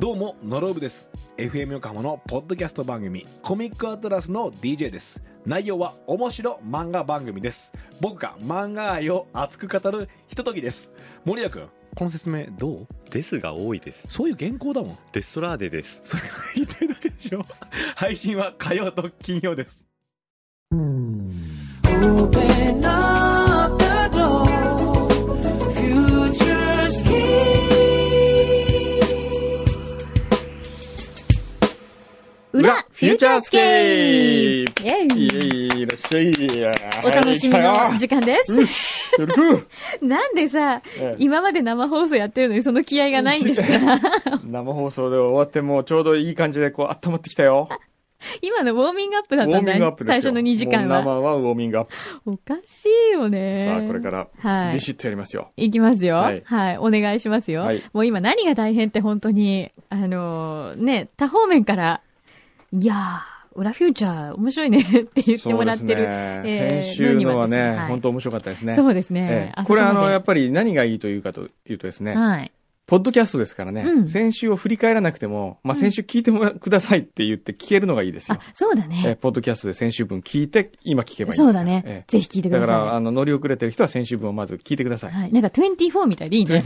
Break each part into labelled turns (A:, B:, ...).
A: どうもノロブです FM 横浜のポッドキャスト番組コミックアトラスの DJ です内容は面白漫画番組です僕が漫画愛を熱く語るひとときです森谷君この説明どう
B: ですが多いです。
A: そういう原稿だもん
B: デストラーデです。
A: それが言ってるだけでしょ配信は火曜と金曜です
C: Open up the door. Future's key.
D: 裏フューチャースケープイ
E: イ
D: ェイ
E: エイいらっしゃい
D: お楽しみの
E: はい来
D: 時間です。
E: たよしよろし く
D: なんでさ、
E: ええ
D: 今まで生放送やってるのにその気合がないん ですか
E: 生放送で終わってもうちょうどいい感じでこう温まってきたよ。
D: 今のウォーミングアップ
E: ウ
D: だっ
E: ォ
D: た
E: ー
D: んだ
E: ミングアッ
D: よ
E: プですよ。
D: 最初の2時間
E: も
D: は。
E: う生はウォーミングアップ。
D: おかしいよね。
E: さあ、これから、
D: はい
E: ビシッとやりますよ。
D: いきますよ、
E: は
D: はいい。お願いしますよ。
E: はい
D: もう今何が大変って本当に、あのーね、多方面から、いやー、裏フューチャー面白いねって言ってもらって
E: そう
D: る。
E: です
D: え
E: ね
D: ー
E: 先週のは
D: のにはですね、
E: ね
D: はい
E: 本当面白かったですね。
D: そううですね。あそ
E: これ、あ
D: ま
E: の、
D: で
E: やっぱり何がいいというかというとですね、
D: はい。
E: ポッドキャストですからね、
D: うん
E: 先週を振り返らなくても、まあ、
D: うん
E: 先週聞いてもらくださいって言って聞けるのがいいですよ
D: あ。、そうだ
E: えー
D: ね。
E: ポッドキャストで先週分聞いて、今聞けばいいんですよ
D: そうだね、
E: えー
D: ぜひ聞いてくだ
E: だ
D: さ
E: か
D: い。
E: ら、あの、乗り遅れてる人は先週分をまず聞いてください。
D: はい。なんか24みたいでいいね。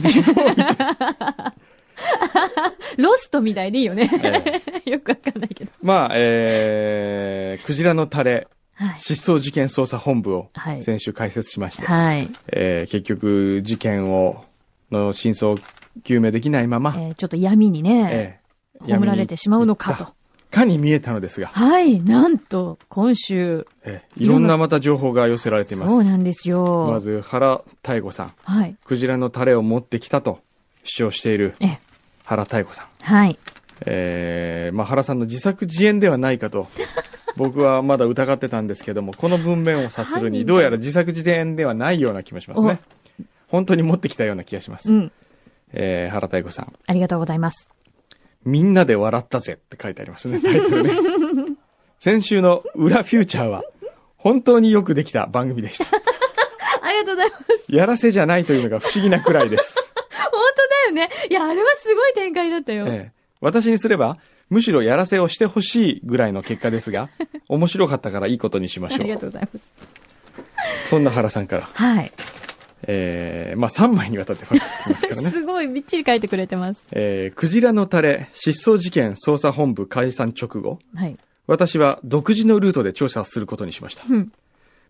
D: ロストみたいでいいよね。 よくわかんないけど。
E: まあ、えー、クジラのタレ、
D: はい。
E: 失踪事件捜査本部を
D: はい。
E: 先週解説しまして、
D: はい。
E: えー結局、事件を、の真相を究明できないまま、
D: えーちょっと闇にね、
E: えー
D: 葬られてしまうのか。
E: 闇に行
D: と
E: っ。たかに見えたのですが、
D: はい。なんと、今週。
E: えーいろんなまた情報が寄せられています。
D: そうなんです
E: ま
D: よ。
E: ず、原太吾さん、
D: はい。
E: クジラのタレを持ってきたと主張している
D: ええ
E: 原太吾さん。
D: はい。
E: えーまあ、原さんの自作自演ではないかと 僕はまだ疑ってたんですけどもこの文面を察する
D: 犯
E: に
D: 人
E: どうやら自作自演ではないような気もしますね本当に持ってきたような気がします、
D: うん。
E: えー原太子さん
D: ありがとうござい ます。
E: 「みんなで笑ったぜ」って書いてあ りますねタイトルね先週の「裏フューチャー」は本当によくできた番組 でした
D: ありがとうございます。
E: やらせじゃないというのが不思議なくらい です、
D: 本当だよね。いや、あれはすごい展開だったよ。
E: えー私にすればむしろやらせをしてほしいぐらいの結果ですが面白かったからいいことにしま
D: あ
E: しょ
D: りが
E: う
D: とうございます。
E: そんな原さんから、
D: はい。
E: えー、まあ3枚にわたって分かってますから ね。
D: すごいびっちり書いてくれてます。
E: えー、クジラのタレ失踪事件捜査本部解散直後、
D: はい。
E: 私は独自のルートで調査することにしました。
D: うん。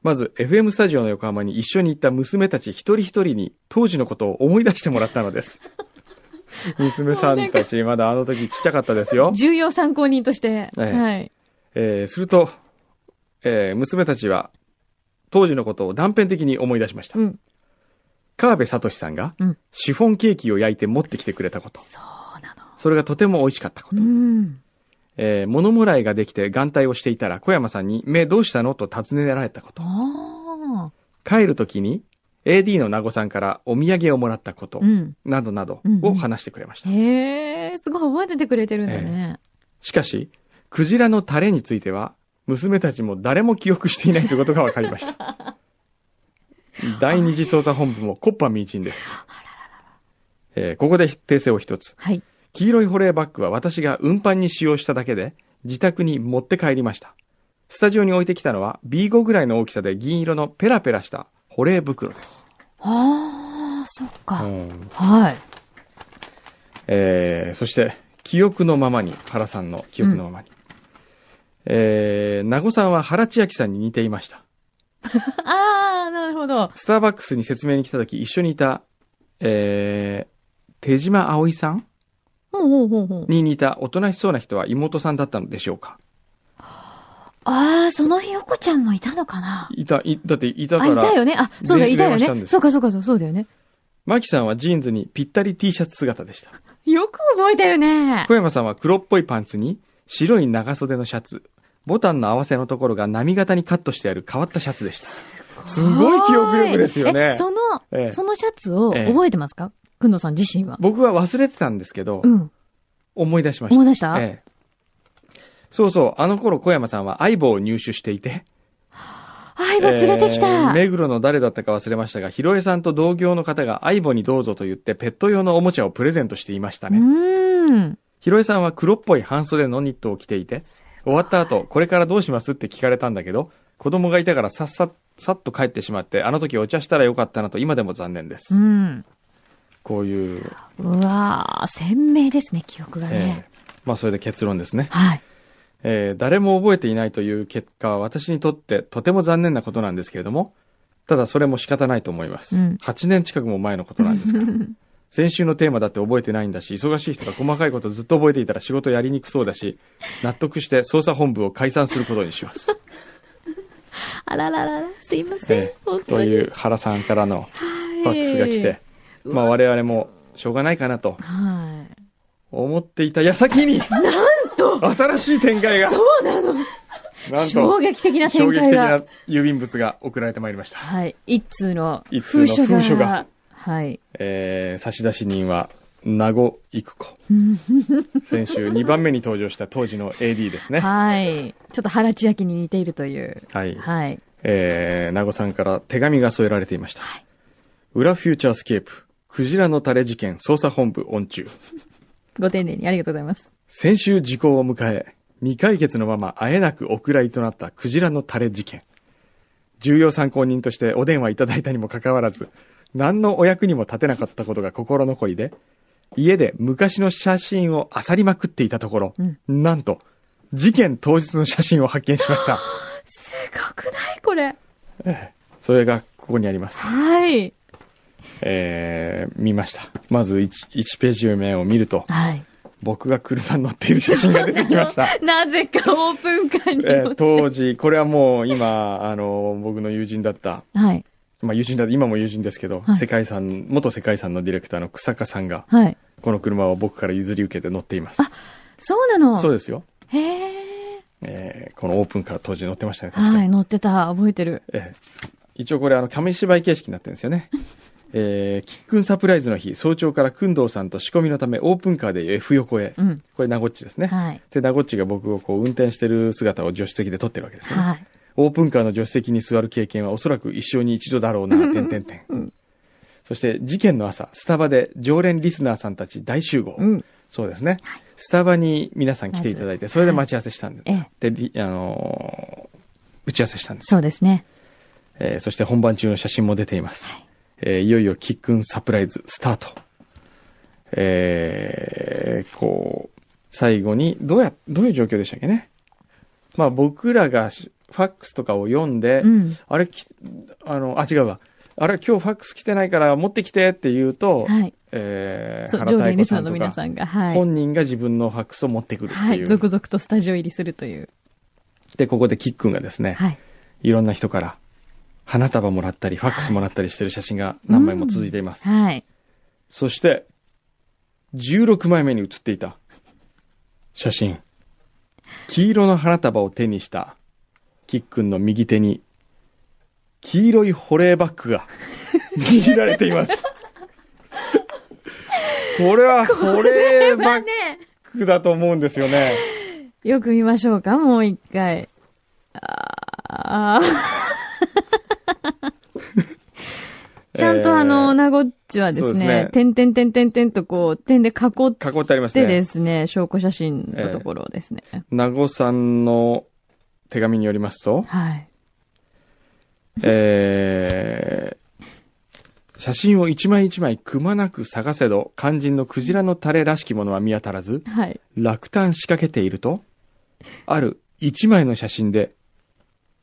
E: まず、FM スタジオの横浜に一緒に行った娘たち一人一人に当時のことを思い出してもらったの です。娘さんたち、まだあの時ちっちゃかったですよ。
D: 重要参考人として。
E: ええ
D: はい。
E: えー、すると、えー、娘たちは当時のことを断片的に思い出しました。
D: うん。
E: 川辺聡さんが
D: うん
E: シフォンケーキを焼いて持ってきてくれたこと。
D: そうなの。
E: それがとても美味しかったこと。
D: うん。
E: えー物もらいができて眼帯をしていたら小山さんに目どうしたのと尋ねられたこと。
D: あ
E: 帰る時に AD の名護さんからお土産をもらったこと
D: あ。う。ん。
E: などなど
D: うんう
E: を
D: ん
E: 話してくれました。
D: へえ、すごい覚えててくれてるんだね。
E: しかし、クジラのタレについては、娘たちも誰も記憶していないということが分かりました。 第二次捜査本部もコッパミーチンです。えーここで訂正を一つ。
D: はい。
E: 黄色い保冷バッグは私が運搬に使用しただけで、自宅に持って帰りました。スタジオに置いてきたのは B5 ぐらいの大きさで銀色のペラペラした保冷袋です。
D: ああ、そっか。はい。
E: えーそして、記憶のままに、原さんの記憶のままに。えー名護さんは原千秋さんに似ていました。
D: ああ、なるほど。
E: スターバックスに説明に来た時一緒にいた、えー手島葵さん
D: ほうほうほうほう。
E: に似たおとなしそうな人は妹さんだったのでしょうか
D: ああ、その日、横ちゃんもいたのかない
E: た、いだっていた
D: あ、
E: か
D: いた
E: ら、
D: よね。あ、そうだ、
E: で
D: いたよ
E: 電話したんで
D: ね。
E: す
D: そうか、そうか、そうそうだよね。
E: マキさんはジーンズにぴったり T シャツ姿でした。
D: よく覚えたよね。
E: 小山さんは黒っぽいパンツに白い長袖のシャツ、ボタンの合わせのところが波型にカットしてある変わったシャツでした。すごい記憶力ですよね
D: え。その、
E: ええ
D: そのシャツを
E: ええ
D: 覚えてますかくんのさん自身は。
E: 僕は忘れてたんですけど、
D: うん。
E: 思い出しました
D: 思い。出した
E: ええそうそう、あの頃小山さんは相棒を入手していて、
D: 相棒連れてき
E: えー
D: た。
E: 目黒の誰だったか忘れましたが、ひろえさんと同業の方が相棒にどうぞと言ってペット用のおもちゃをプレゼントしていました
D: う
E: ね。
D: ーん。
E: ひろえさんは黒っぽい半袖のニットを着ていて、終わった後、これからどうしますって聞かれたんだけど、子供がいたからさっさ、さっと帰ってしまって、あの時お茶したらよかったなと今でも残念です。
D: うん。
E: こういう、
D: うわー、鮮明ですね、記憶が
E: え
D: ね。
E: ーまあそれで結論ですね。
D: はい。
E: えー誰も覚えていないという結果は私にとってとても残念なことなんですけれども、ただそれも仕方ないと思います。
D: うん
E: 8年近くも前のことなんです から。先週のテーマだって覚えてないんだし、忙しい人が細かいことずっと覚えていたら仕事やりにくそうだし、納得して捜査本部を解散することに します。
D: あらららら、すいません。
E: え
D: 本
E: ー
D: 当
E: と
D: に。
E: いう原さんからの
D: フ
E: ファックスが来て、。まあ我々もしょうがないかなと
D: はい。
E: 思っていた矢先に、なんと新しい展開が、
D: そうなの
E: なん
D: 衝
E: と、
D: 撃的な
E: 衝
D: 展
E: 撃
D: 開
E: 的
D: が
E: な。郵便物が送られてまいりました。
D: はい。一通の
E: 一通の
D: 封書が。
E: 封書が
D: はい。
E: えー、差出人は、名護育子。 先週2番目に登場した当時の AD ですね。
D: はい。ちょっと原千秋に似ているという。
E: はい。
D: はい。
E: えー、名護さんから手紙が添えられていました。裏フューチャースケープ、クジラのタレ事件捜査本部音中。
D: ご丁寧にありがとうございます。
E: 先週時効を迎え、未解決のままあえなくお蔵入りとなったクジラのタレ事件。重要参考人としてお電話いただいたにもかかわらず、何のお役にも立てなかったことが心残りで、家で昔の写真を漁りまくっていたところ、
D: うん
E: なんと、事件当日の写真を発見しました。
D: すごくないこれ。
E: それがここにあります。
D: はい。
E: えー、見ました。まず 1, 1ページ目を見ると、
D: はい。
E: 僕が車に乗っている写真が出てきました。
D: なぜかオープンカーに
E: え
D: 乗っ
E: ー
D: て。
E: 当時、これはもう今、あの、僕の友人だった、
D: はい。
E: まあ友人だ、今も友人ですけど、
D: はい
E: 世界遺産、元世界遺産のディレクターの草加さんが、
D: はい。
E: この車を僕から譲り受けて乗っています。
D: そうなの
E: そうですよ。
D: へえ。
E: えーこのオープンカー当時乗ってましたね、確かに。
D: はい、乗ってた。覚えてる。
E: えー一応これ、あの、紙芝居形式になってるんですよね。えー、キックンサプライズの日、早朝から工藤さんと仕込みのため、オープンカーで F 横へ。
D: うん。
E: これ、ナゴッチですね。
D: はい。
E: で、ナゴッチが僕をこう、運転してる姿を助手席で撮ってるわけですよね。
D: はい。
E: オープンカーの助手席に座る経験はおそらく一生に一度だろうな、 点々点。そして事件の朝、スタバで常連リスナーさんたち大集合。
D: うん。
E: そうですね、スタバに皆さん来ていただいて、それで待ち合わせしたんで、
D: ええ。
E: でりあのー打ち合わせしたんです、
D: そうですね。
E: えーそして本番中の写真も出ています。いえーいよいよキックンサプライズスタート。えーこう、最後に、どうや、どういう状況でしたっけね。まあ僕らがしファックスとかを読んで、
D: うん。
E: あれき、あの、あ、違うわ。あれ、今日ファックス来てないから持ってきてって言うと、
D: はい。
E: えー、
D: そう、
E: 原
D: 常
E: 太
D: 連
E: 鼓
D: リスナー
E: さん
D: の
E: と
D: 皆
E: か、
D: さんが、はい。
E: 本人が自分のファックスを持ってくるって
D: はいい。
E: う。
D: 続々とスタジオ入りするという。
E: で、ここでキックンがですね、
D: はい。
E: い、ろんな人から、花束もらったり、ファックスもらったりしてる写真が何枚も続いています。
D: はい。
E: そして、16枚目に写っていた写真。黄色の花束を手にした、キックンの右手に、黄色い保冷バッグが握られています。これは保冷バッ
D: ね
E: グだと思うんですよね。
D: よく見ましょうか、もう一回。あーちゃんとあの、
E: え
D: ナゴッチはで
E: そ
D: す
E: うです
D: ね
E: ね、
D: 点々点々点とこう、点で囲っ
E: ー囲ってあります
D: てで
E: ね。
D: すね、証拠写真のところですね。
E: 名護さんの手紙によりますと、
D: はい。
E: えー写真を一枚一枚くまなく探せど、肝心のクジラのタレらしきものは見当たらず、
D: はい。
E: 落胆仕掛けていると、ある一枚の写真で、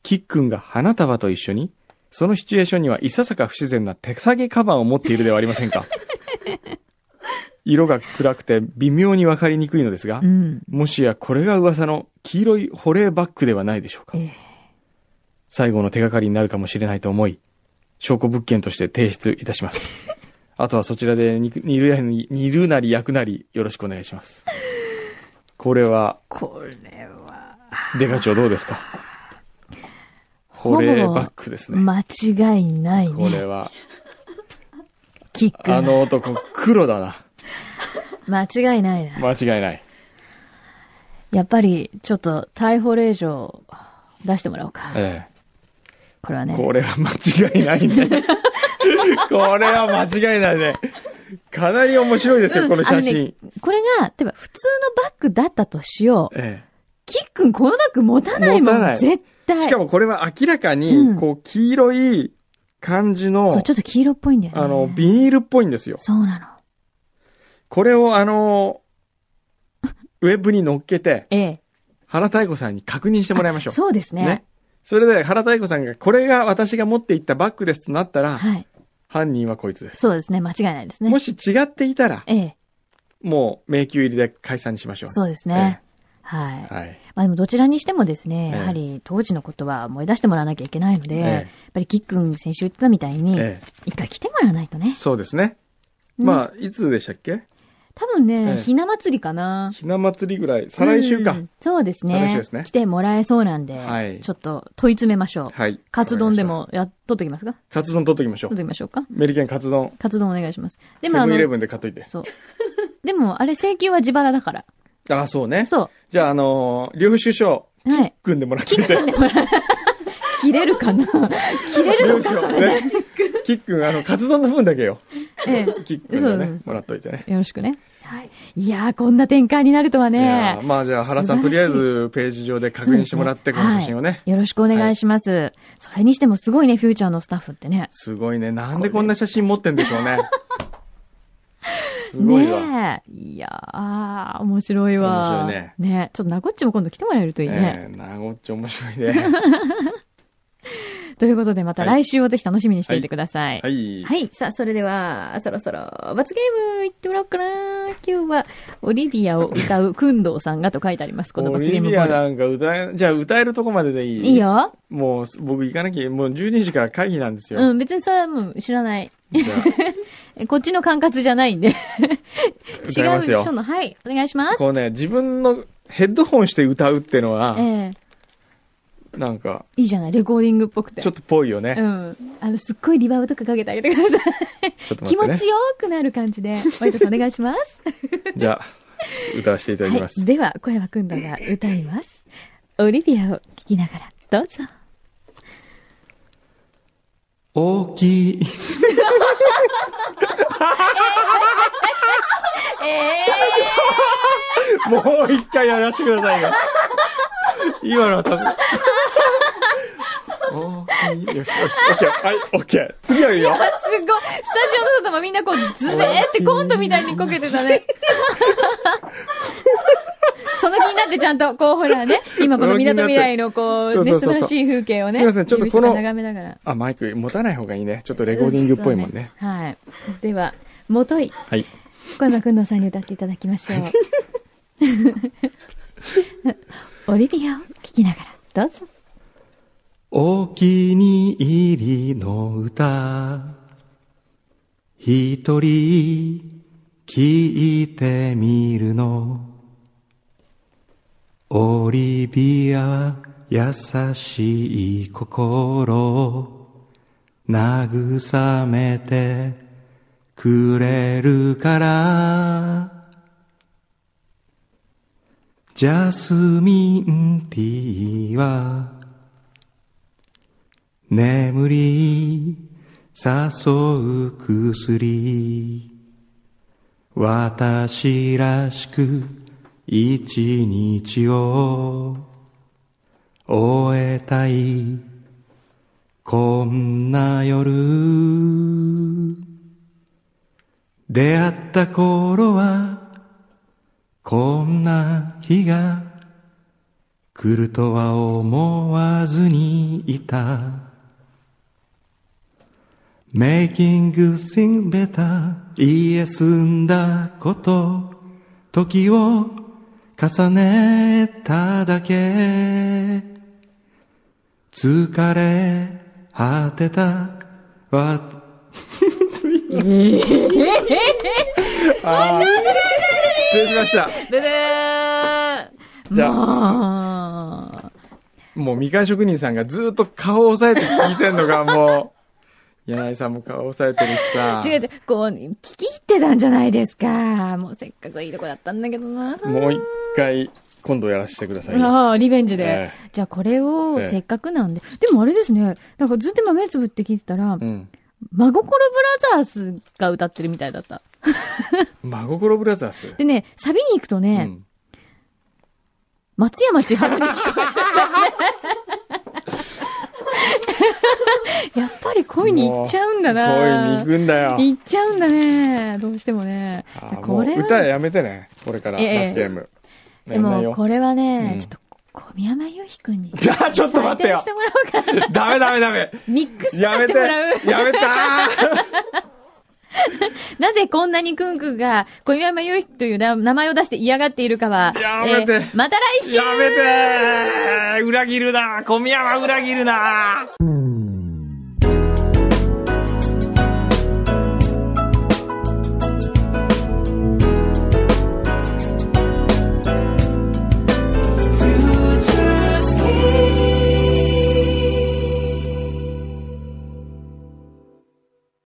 E: キックンが花束と一緒に、そのシチュエーションにはいささか不自然な手提げカバンを持っているではありませんか。色が暗くて微妙にわかりにくいのですが
D: う、ん。
E: もしやこれが噂の黄色い保冷バッグではないでしょうか
D: え。え
E: 最後の手がかりになるかもしれないと思い、証拠物件として提出いたします。 あとはそちらで煮煮るなり、煮るなり焼くなりよろしくお願いします。これは、
D: これは、
E: デカ長どうですか保冷バッグですね。
D: 間違いない
E: これ
D: ね。
E: は、
D: キック
E: あ
D: ン。
E: の男黒だな。
D: 間違いないな。
E: 間違いない。
D: やっぱり、ちょっと、逮捕令状、出してもらおうか。
E: え
D: これは
E: え
D: ね。
E: これは間違いないね。これは間違いないね。かなり面白いですよ、
D: うん
E: この写真。
D: これが、例えば普通のバッグだったとしよう。
E: え
D: キックンこのバッグ持たないも、
E: 持たなんい
D: 絶
E: え、
D: 対。
E: しかもこれは明らか
D: うん
E: に、こう、黄色い感じの、
D: そう、ちょっと黄色っぽいんだよね。
E: あの、ビニールっぽいんですよ。
D: そうなの。
E: これを、あの、ウェブに乗っけて、
D: ええ。
E: 原太子さんに確認してもらいましょう。
D: そうですね。
E: ねそれで、原太子さんが、これが私が持っていったバッグですとなったら、
D: はい。
E: 犯人はこいつです。
D: そうですね。間違いないですね。
E: もし違っていたら、
D: ええ。
E: もう迷宮入りで解散にしましょう。
D: そうですね。はい。
E: はい。
D: まあでもどちらにしてもですね、
E: ええ
D: やはり当時のことは思い出してもらわなきゃいけないので、
E: ええ
D: やっぱりキックン先週言ってたみたいに、
E: え
D: 一回来てもらわないとね
E: え。そうですね。
D: あ。
E: まあ、いつでしたっけ
D: 多分ね、
E: ええ
D: ひな祭りかな。
E: ひな祭りぐらい、再来週か。
D: うんそうです
E: 再来
D: ね
E: 週ですね
D: 来てもらえそうなんで、
E: はい
D: ちょっと問い詰めましょう。
E: はい。
D: カツ丼で
E: わ
D: も、
E: か
D: やっ、取っときますか
E: りました。カツ丼取っときましょ
D: 取っ
E: う。
D: ときましょうか。
E: メリケンカツ丼。
D: カツ丼お願いします。で
E: セ
D: もあ
E: ブンイレ
D: の、
E: ブンで買っといて。
D: そう。でも、あれ請求は自腹だから。
E: ああ、そうね。
D: そ
E: じゃあ、あのー領収書、
D: う。はい。
E: 組んでもらって
D: キ
E: て。
D: ックンでもらう切れるかな 切れるのか、それで。
E: ね。キックン、あの、カツ丼の分だけよ。
D: ええ
E: キックンで
D: そう
E: ね、もらっといてね。
D: よろしくね。いやー、こんな展開になるとはい
E: や
D: ね
E: ー。まあじゃあ、原さん、と
D: 素晴
E: り
D: ら
E: あ
D: し
E: え
D: い
E: ず、ページ上で確認してもらって、
D: そ
E: こ
D: うですね
E: の写真をね。
D: よろしくお願いします。それにしてもすごいね、フューチャーのスタッフってね。
E: すごいね。なんでこんな写真持ってんでしょうね。すごいわ。
D: ねえ。いやー、面白いわ。
E: 面白いね
D: ちょっとなこっちも今度来てもらえるといいね。
E: ええなごっち面白 いね。
D: ということで、また
E: はい
D: 来週をぜひ楽しみにしていてください。
E: はい。
D: はい。さあ、それでは、そろそろ、罰ゲーム行ってもらおうかな。今日は、オリビアを歌う、くんどうさんがと書いてあります。こ の
E: オ
D: 罰ゲ
E: リ
D: ームボ
E: ビア
D: ール。
E: なんか歌え、じゃあ歌えるとこまででいい
D: いい。よ。
E: もう僕行かなきゃ、もう12時から会議なんですよ。
D: うん、別にそれはもう知らない。
E: じゃ
D: えこっちの管轄じゃない んで。
E: あ
D: 違
E: 歌いうますよ
D: 人。の、はい、お願いします。
E: こうね、自分のヘッドホンして歌うってのは
D: え、え
E: なんか、
D: いいじゃない、レコーディングっぽくて。
E: ちょっとぽいよね。
D: うん。あの、すっごいリバウンドとかかけてあげてく ださい。
E: ちょっ と
D: 気
E: 待
D: 持
E: ってね
D: ち。よくなる感じで、ワイトさんお願いします。
E: じゃあ、歌わせていただきま
D: は
E: す
D: い。。では、小山くんどが歌います。オリビアを聴きながら、どうぞ。
E: 大きい。
D: ええ
E: もう一回やらせてくださいよ。今のは多分。大きい。よし、よし、オッケー。はい、オッケー。次やるよ。
D: すごい。スタジオの外もみんなこう、ズベーってコントみたいにこけてたね。 その気になってちゃんと、こう、ほらね、今この港未来のこう、ね、
E: その
D: 素晴
E: 気になって
D: らしい風景をね、
E: そうそうそうすいませんちょっとこの
D: 夕日とか眺めながら。
E: あ、マイク持たない方がいいね。ちょっとレコーディングっぽいもんね。
D: そうはい。では、もとい、
E: はい。
D: 小山くんのさんに歌っていただきま しょう。 オリビアを聴きながら、どうぞ。
E: お気に入りの歌、一人聞いてみるの。オリビアは優しい心を慰めてくれるから。ジャスミンティーは眠り誘う薬私らしく一日を終えたいこんな夜出会った頃はこんな日が来るとは思わずにいた Making things better 言え済んだこと時を重ねただけ疲れ果てたわあー失礼しました
D: ででー
E: じゃあ
D: もう
E: もうみかん職人さんがずっと顔を押さえて聞いてんのがもう、柳井さんも顔を押さえてるしさ。
D: 違う違う、こう、聞き入ってたんじゃないですか。もうせっかくいいとこだったんだけどな。
E: もう一回、今度やらせてくださいよ。
D: ああ、リベンジで。
E: え
D: じゃあこれを
E: ええ
D: せっかくなんで。でもあれですね、なんかずっと今目つぶって聞いてたら、
E: えうん。
D: 真心ブラザーズが歌ってるみたいだった。
E: 真心ブラザーズ。
D: でね、サビに行くと
E: う
D: ね、
E: ん
D: 松山千春に聞こえ る。やっぱり恋に行っちゃうんだ
E: 恋に行
D: な。
E: くんだよ。
D: 行っちゃうんだね。どうしてもね。
E: あーも
D: こ
E: う
D: れは
E: 歌やめてね。これから、
D: ええ
E: 夏ゲーム。
D: で
E: やんない
D: も、
E: よ
D: これはね、
E: うん
D: ちょっと、小宮山由紀くんに。
E: いや ちょっと待ってよ
D: 採点してもらおうかな。
E: ダメダメダメ。
D: ミックスと
E: や
D: か
E: め。
D: しててもらう。
E: やめた
D: なぜこんなにくんくんが、小宮山由紀というな名前を出して嫌がっているかは、
E: やめて
D: また来
E: ー
D: 週
E: やめてー裏切るな小宮は裏切るなー